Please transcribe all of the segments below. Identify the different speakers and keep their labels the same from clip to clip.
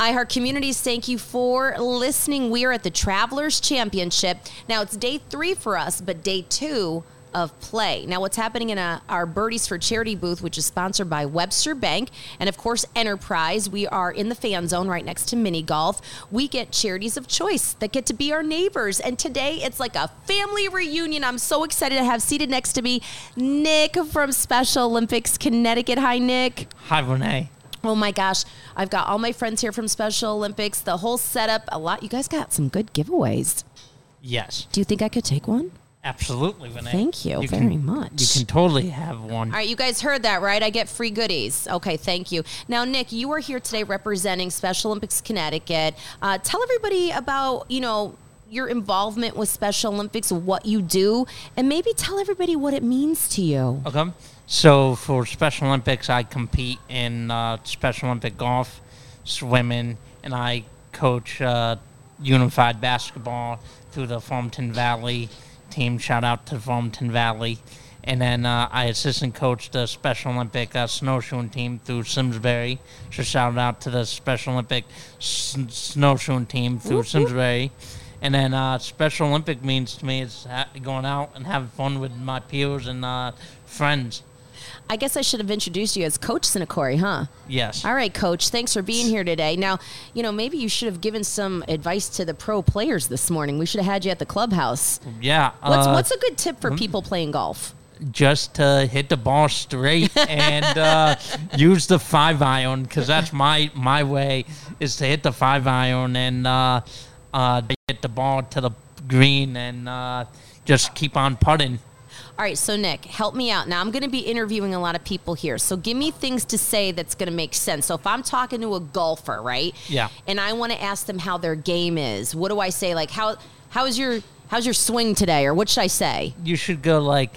Speaker 1: iHeart Communities, thank you for listening. We are at the Travelers Championship. Now it's day three for us, but day two of play. Now, what's happening in uh our Birdies for Charity booth, which is sponsored by Webster Bank and, of course, Enterprise. We are in the fan zone right next to mini golf. We get charities of choice that get to be our neighbors. And today it's like a family reunion. I'm so excited to have seated next to me Nick from Special Olympics Connecticut. Hi, Nick.
Speaker 2: Hi, Renee.
Speaker 1: Oh my gosh, I've got all my friends here from Special Olympics, the whole setup, a lot. You guys got some good giveaways.
Speaker 2: Yes,
Speaker 1: Do you think I could take one?
Speaker 2: absolutely, Renee.
Speaker 1: Thank you, very
Speaker 2: can-
Speaker 1: much.
Speaker 2: You can totally have one.
Speaker 1: All right, you guys heard that, right? I get free goodies. Okay, thank you. Now, Nick, you are here today representing Special Olympics Connecticut. Uh, tell everybody about, you know, your involvement with Special Olympics, what you do, and maybe tell everybody what it means to you.
Speaker 2: Okay. So for Special Olympics, I compete in uh, Special Olympic golf, swimming, and I coach uh, unified basketball through the Farmington Valley team. Shout out to Farmington Valley. And then uh, I assistant coach the Special Olympic uh, snowshoeing team through Simsbury. So shout out to the Special Olympic s- snowshoeing team through
Speaker 1: Whoop, whoop.
Speaker 2: Simsbury. And then uh, Special Olympic means to me is ha- going out and having fun with my peers and uh, friends.
Speaker 1: I guess I should have introduced you as Coach Sinacori, huh?
Speaker 2: Yes.
Speaker 1: All right, Coach, thanks for being here today. Now, you know, maybe you should have given some advice to the pro players this morning. We should have had you at the clubhouse.
Speaker 2: Yeah.
Speaker 1: What's,
Speaker 2: uh,
Speaker 1: what's a good tip for people playing golf?
Speaker 2: just to hit the ball straight and uh, use the five iron because that's my my way is to hit the five iron and uh, uh, get the ball to the green and uh, just keep on putting.
Speaker 1: All right, so Nick, help me out. Now I'm going to be interviewing a lot of people here. So give me things to say that's going to make sense. So if I'm talking to a golfer, right?
Speaker 2: Yeah.
Speaker 1: And I want to ask them how their game is. What do I say like how how is your how's your swing today or what should I say?
Speaker 2: You should go like,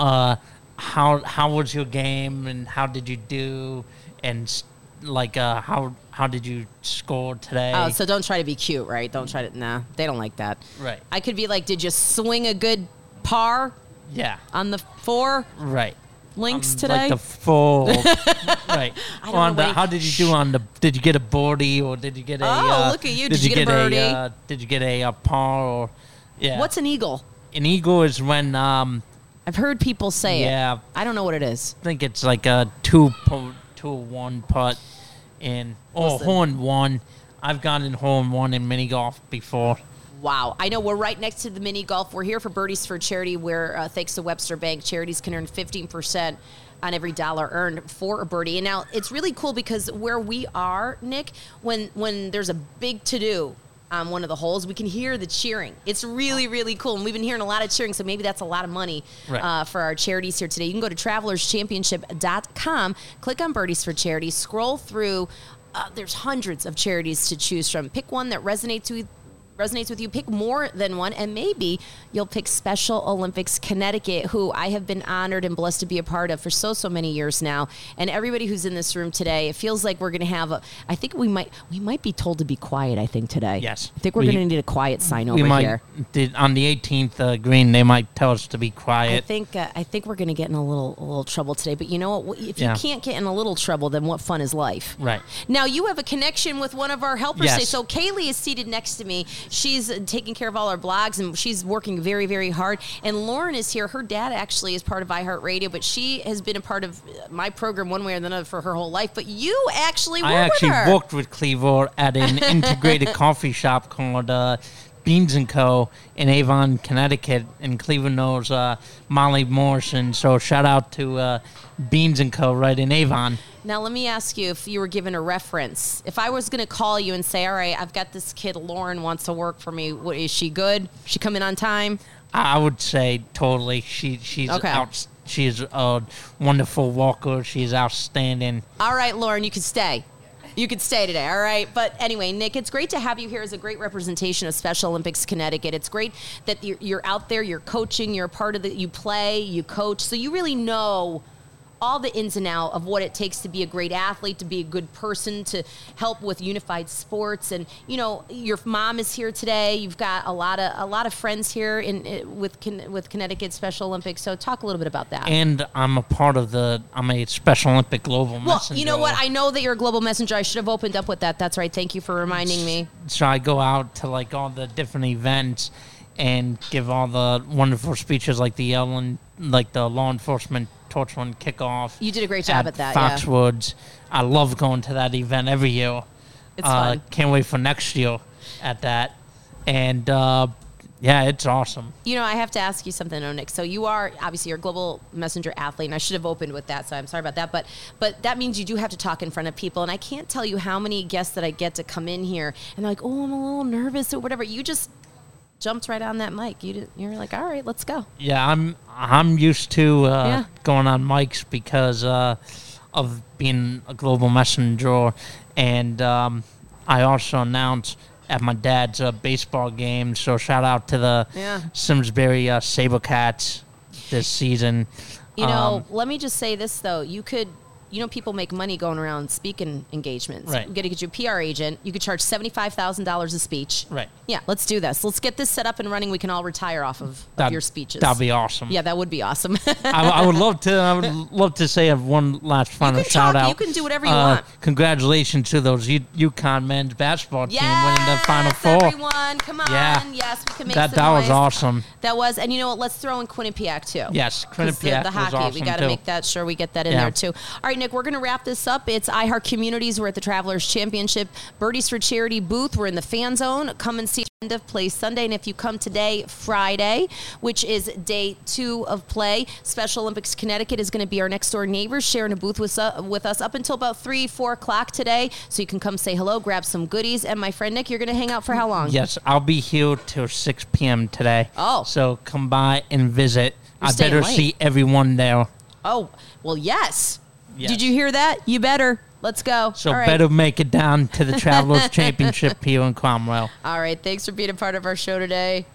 Speaker 2: uh, how how was your game and how did you do and s- like uh, how how did you score today?
Speaker 1: Oh, so don't try to be cute, right? Don't try to Nah, they don't like that.
Speaker 2: Right.
Speaker 1: I could be like, "Did you swing a good par
Speaker 2: yeah,
Speaker 1: on the four
Speaker 2: right.
Speaker 1: links
Speaker 2: Um,
Speaker 1: today?"
Speaker 2: Like the full, right?
Speaker 1: I don't
Speaker 2: on
Speaker 1: know
Speaker 2: the,
Speaker 1: what-
Speaker 2: how did you do on the? Did you get a birdie or did you get a?
Speaker 1: Oh,
Speaker 2: uh,
Speaker 1: look at you. Did you get a birdie?
Speaker 2: uh, did you get a, uh par or? Yeah.
Speaker 1: What's an eagle?
Speaker 2: an eagle is when um
Speaker 1: I've heard people say it.
Speaker 2: Yeah.
Speaker 1: I don't know what it is.
Speaker 2: I think it's like a two po- two one putt in or
Speaker 1: Listen.
Speaker 2: horn one. I've gotten horn one in mini golf before.
Speaker 1: Wow. I know we're right next to the mini golf. We're here for Birdies for Charity, where uh, thanks to Webster Bank, charities can earn 15% on every dollar earned for a birdie. And now it's really cool because where we are, Nick, when, when there's a big to do on one of the holes, we can hear the cheering. It's really, really cool. And we've been hearing a lot of cheering, so maybe that's a lot of money
Speaker 2: Right.
Speaker 1: uh, for our charities here today. You can go to travelerschampionship.com, click on Birdies for Charity, scroll through. Uh, there's hundreds of charities to choose from. Pick one that resonates with resonates with you pick more than one and maybe you'll pick special olympics connecticut who i have been honored and blessed to be a part of for so so many years now and everybody who's in this room today it feels like we're going to have a i think we might we might be told to be quiet i think today
Speaker 2: Yes.
Speaker 1: i think we're
Speaker 2: We-
Speaker 1: going to need a quiet sign over
Speaker 2: we might
Speaker 1: here
Speaker 2: did on the 18th uh, green. They might tell us to be
Speaker 1: I
Speaker 2: quiet.
Speaker 1: think uh, I think we're going to get in a little a little trouble today. But you know what? If you
Speaker 2: Yeah.
Speaker 1: can't get in a little trouble, then what fun is life?
Speaker 2: Right.
Speaker 1: Now you have a connection with one of our helpers.
Speaker 2: Yes.
Speaker 1: today. So Kaylee is seated next to me. She's uh, taking care of all our blogs and she's working very very hard. And Lauren is here. Her dad actually is part of iHeartRadio, but she has been a part of uh, my program one way or another for her whole life. But you actually were
Speaker 2: I actually
Speaker 1: with her.
Speaker 2: worked with Cleaver at an integrated coffee shop called uh, Beans and Co. in Avon, Connecticut, and Cleaver knows uh, Molly Morrison. So shout out to uh, Beans and Co. right in Avon.
Speaker 1: Now, let me ask you if you were given a reference. If I was going to call you and say, all right, I've got this kid, Lauren, wants to work for me, what, is she good? She coming on time?
Speaker 2: I I would say totally. She she's
Speaker 1: Okay.
Speaker 2: out. She's a wonderful walker. She's outstanding.
Speaker 1: All right, Lauren, you can stay. You could stay today, all right? But anyway, Nick, it's great to have you here as a great representation of Special Olympics Connecticut. It's great that you're, you're out there, you're coaching, you're a part of the, you play, you coach. So you really know all the ins and out of what it takes to be a great athlete, to be a good person, to help with unified sports. And you know, your mom is here today. You've got a lot of a lot of friends here in eh, with Con- with Connecticut Special Olympics. So talk a little bit about that.
Speaker 2: And I'm a part of the. I'm a Special Olympic global.
Speaker 1: well,
Speaker 2: messenger.
Speaker 1: you know what? I know that you're a global messenger. I should have opened up with that. That's right. Thank you for reminding me.
Speaker 2: so I go out to like all the different events and give all the wonderful speeches, like the Ellen, like the law enforcement torch run kickoff.
Speaker 1: You did a great job at that, yeah.
Speaker 2: Foxwoods. I love going to that event every year.
Speaker 1: It's
Speaker 2: uh,
Speaker 1: fun.
Speaker 2: Can't wait for next year at that, and uh, yeah, it's awesome.
Speaker 1: You know, I have to ask you something, Onyx. So you are obviously you're a global messenger athlete, and I should have opened with that. So I'm sorry about that, but but that means you do have to talk in front of people, and I can't tell you how many guests that I get to come in here, and they're like, "Oh, I'm a little nervous" or whatever. You just jumped right on that mic. You did, you're like, "All right, let's go."
Speaker 2: Yeah, I'm I'm used to uh,
Speaker 1: Yeah.
Speaker 2: going on mics because uh, of being a global messenger, and um, I also announce at my dad's uh, baseball game. So shout out to the
Speaker 1: Yeah.
Speaker 2: Simsbury uh, SaberCats this season.
Speaker 1: You know,
Speaker 2: Um,
Speaker 1: let me just say this though. You could, you know, people make money going around speaking engagements.
Speaker 2: Right.
Speaker 1: You got to get you a PR agent. You could charge seventy five thousand dollars a speech.
Speaker 2: Right.
Speaker 1: Yeah, let's do this. Let's get this set up and running. We can all retire off of, of
Speaker 2: that-
Speaker 1: your speeches.
Speaker 2: That'd be awesome.
Speaker 1: yeah, that would be awesome.
Speaker 2: I, I would love to. I would love to say have one last final
Speaker 1: can
Speaker 2: shout
Speaker 1: talk,
Speaker 2: out.
Speaker 1: you can do whatever you want.
Speaker 2: Congratulations to those U- UConn men's basketball team
Speaker 1: yes,
Speaker 2: winning the final four.
Speaker 1: everyone, come on.
Speaker 2: Yeah.
Speaker 1: Yes, we can make
Speaker 2: that
Speaker 1: some
Speaker 2: that was
Speaker 1: noise.
Speaker 2: awesome.
Speaker 1: That was, and you know what? Let's throw in Quinnipiac too.
Speaker 2: Yes,
Speaker 1: 'Cause the-
Speaker 2: Quinnipiac
Speaker 1: The,
Speaker 2: was
Speaker 1: hockey, we
Speaker 2: awesome,
Speaker 1: got to
Speaker 2: too.
Speaker 1: make that sure we get that in
Speaker 2: Yeah.
Speaker 1: there too. All right, Nick, we're going to wrap this up. It's iHeart Communities. We're at the Travelers Championship Birdies for Charity booth. We're in the fan zone. Come and see end of play Sunday, and if you come today, Friday, which is day two of play, Special Olympics Connecticut is going to be our next door neighbors, sharing a booth with us, with us up until about three, four o'clock today. So you can come say hello, grab some goodies, and my friend Nick, you're going to hang out for how long?
Speaker 2: Yes, I'll be here till 6 p.m. today.
Speaker 1: Oh.
Speaker 2: So come by and visit. I
Speaker 1: staying
Speaker 2: better
Speaker 1: late.
Speaker 2: see everyone there.
Speaker 1: Oh, well, yes.
Speaker 2: Yes.
Speaker 1: Did you hear that? You better. Let's go.
Speaker 2: So
Speaker 1: All right.
Speaker 2: better make it down to the Travelers Championship here in Cromwell.
Speaker 1: All right. Thanks for being a part of our show today.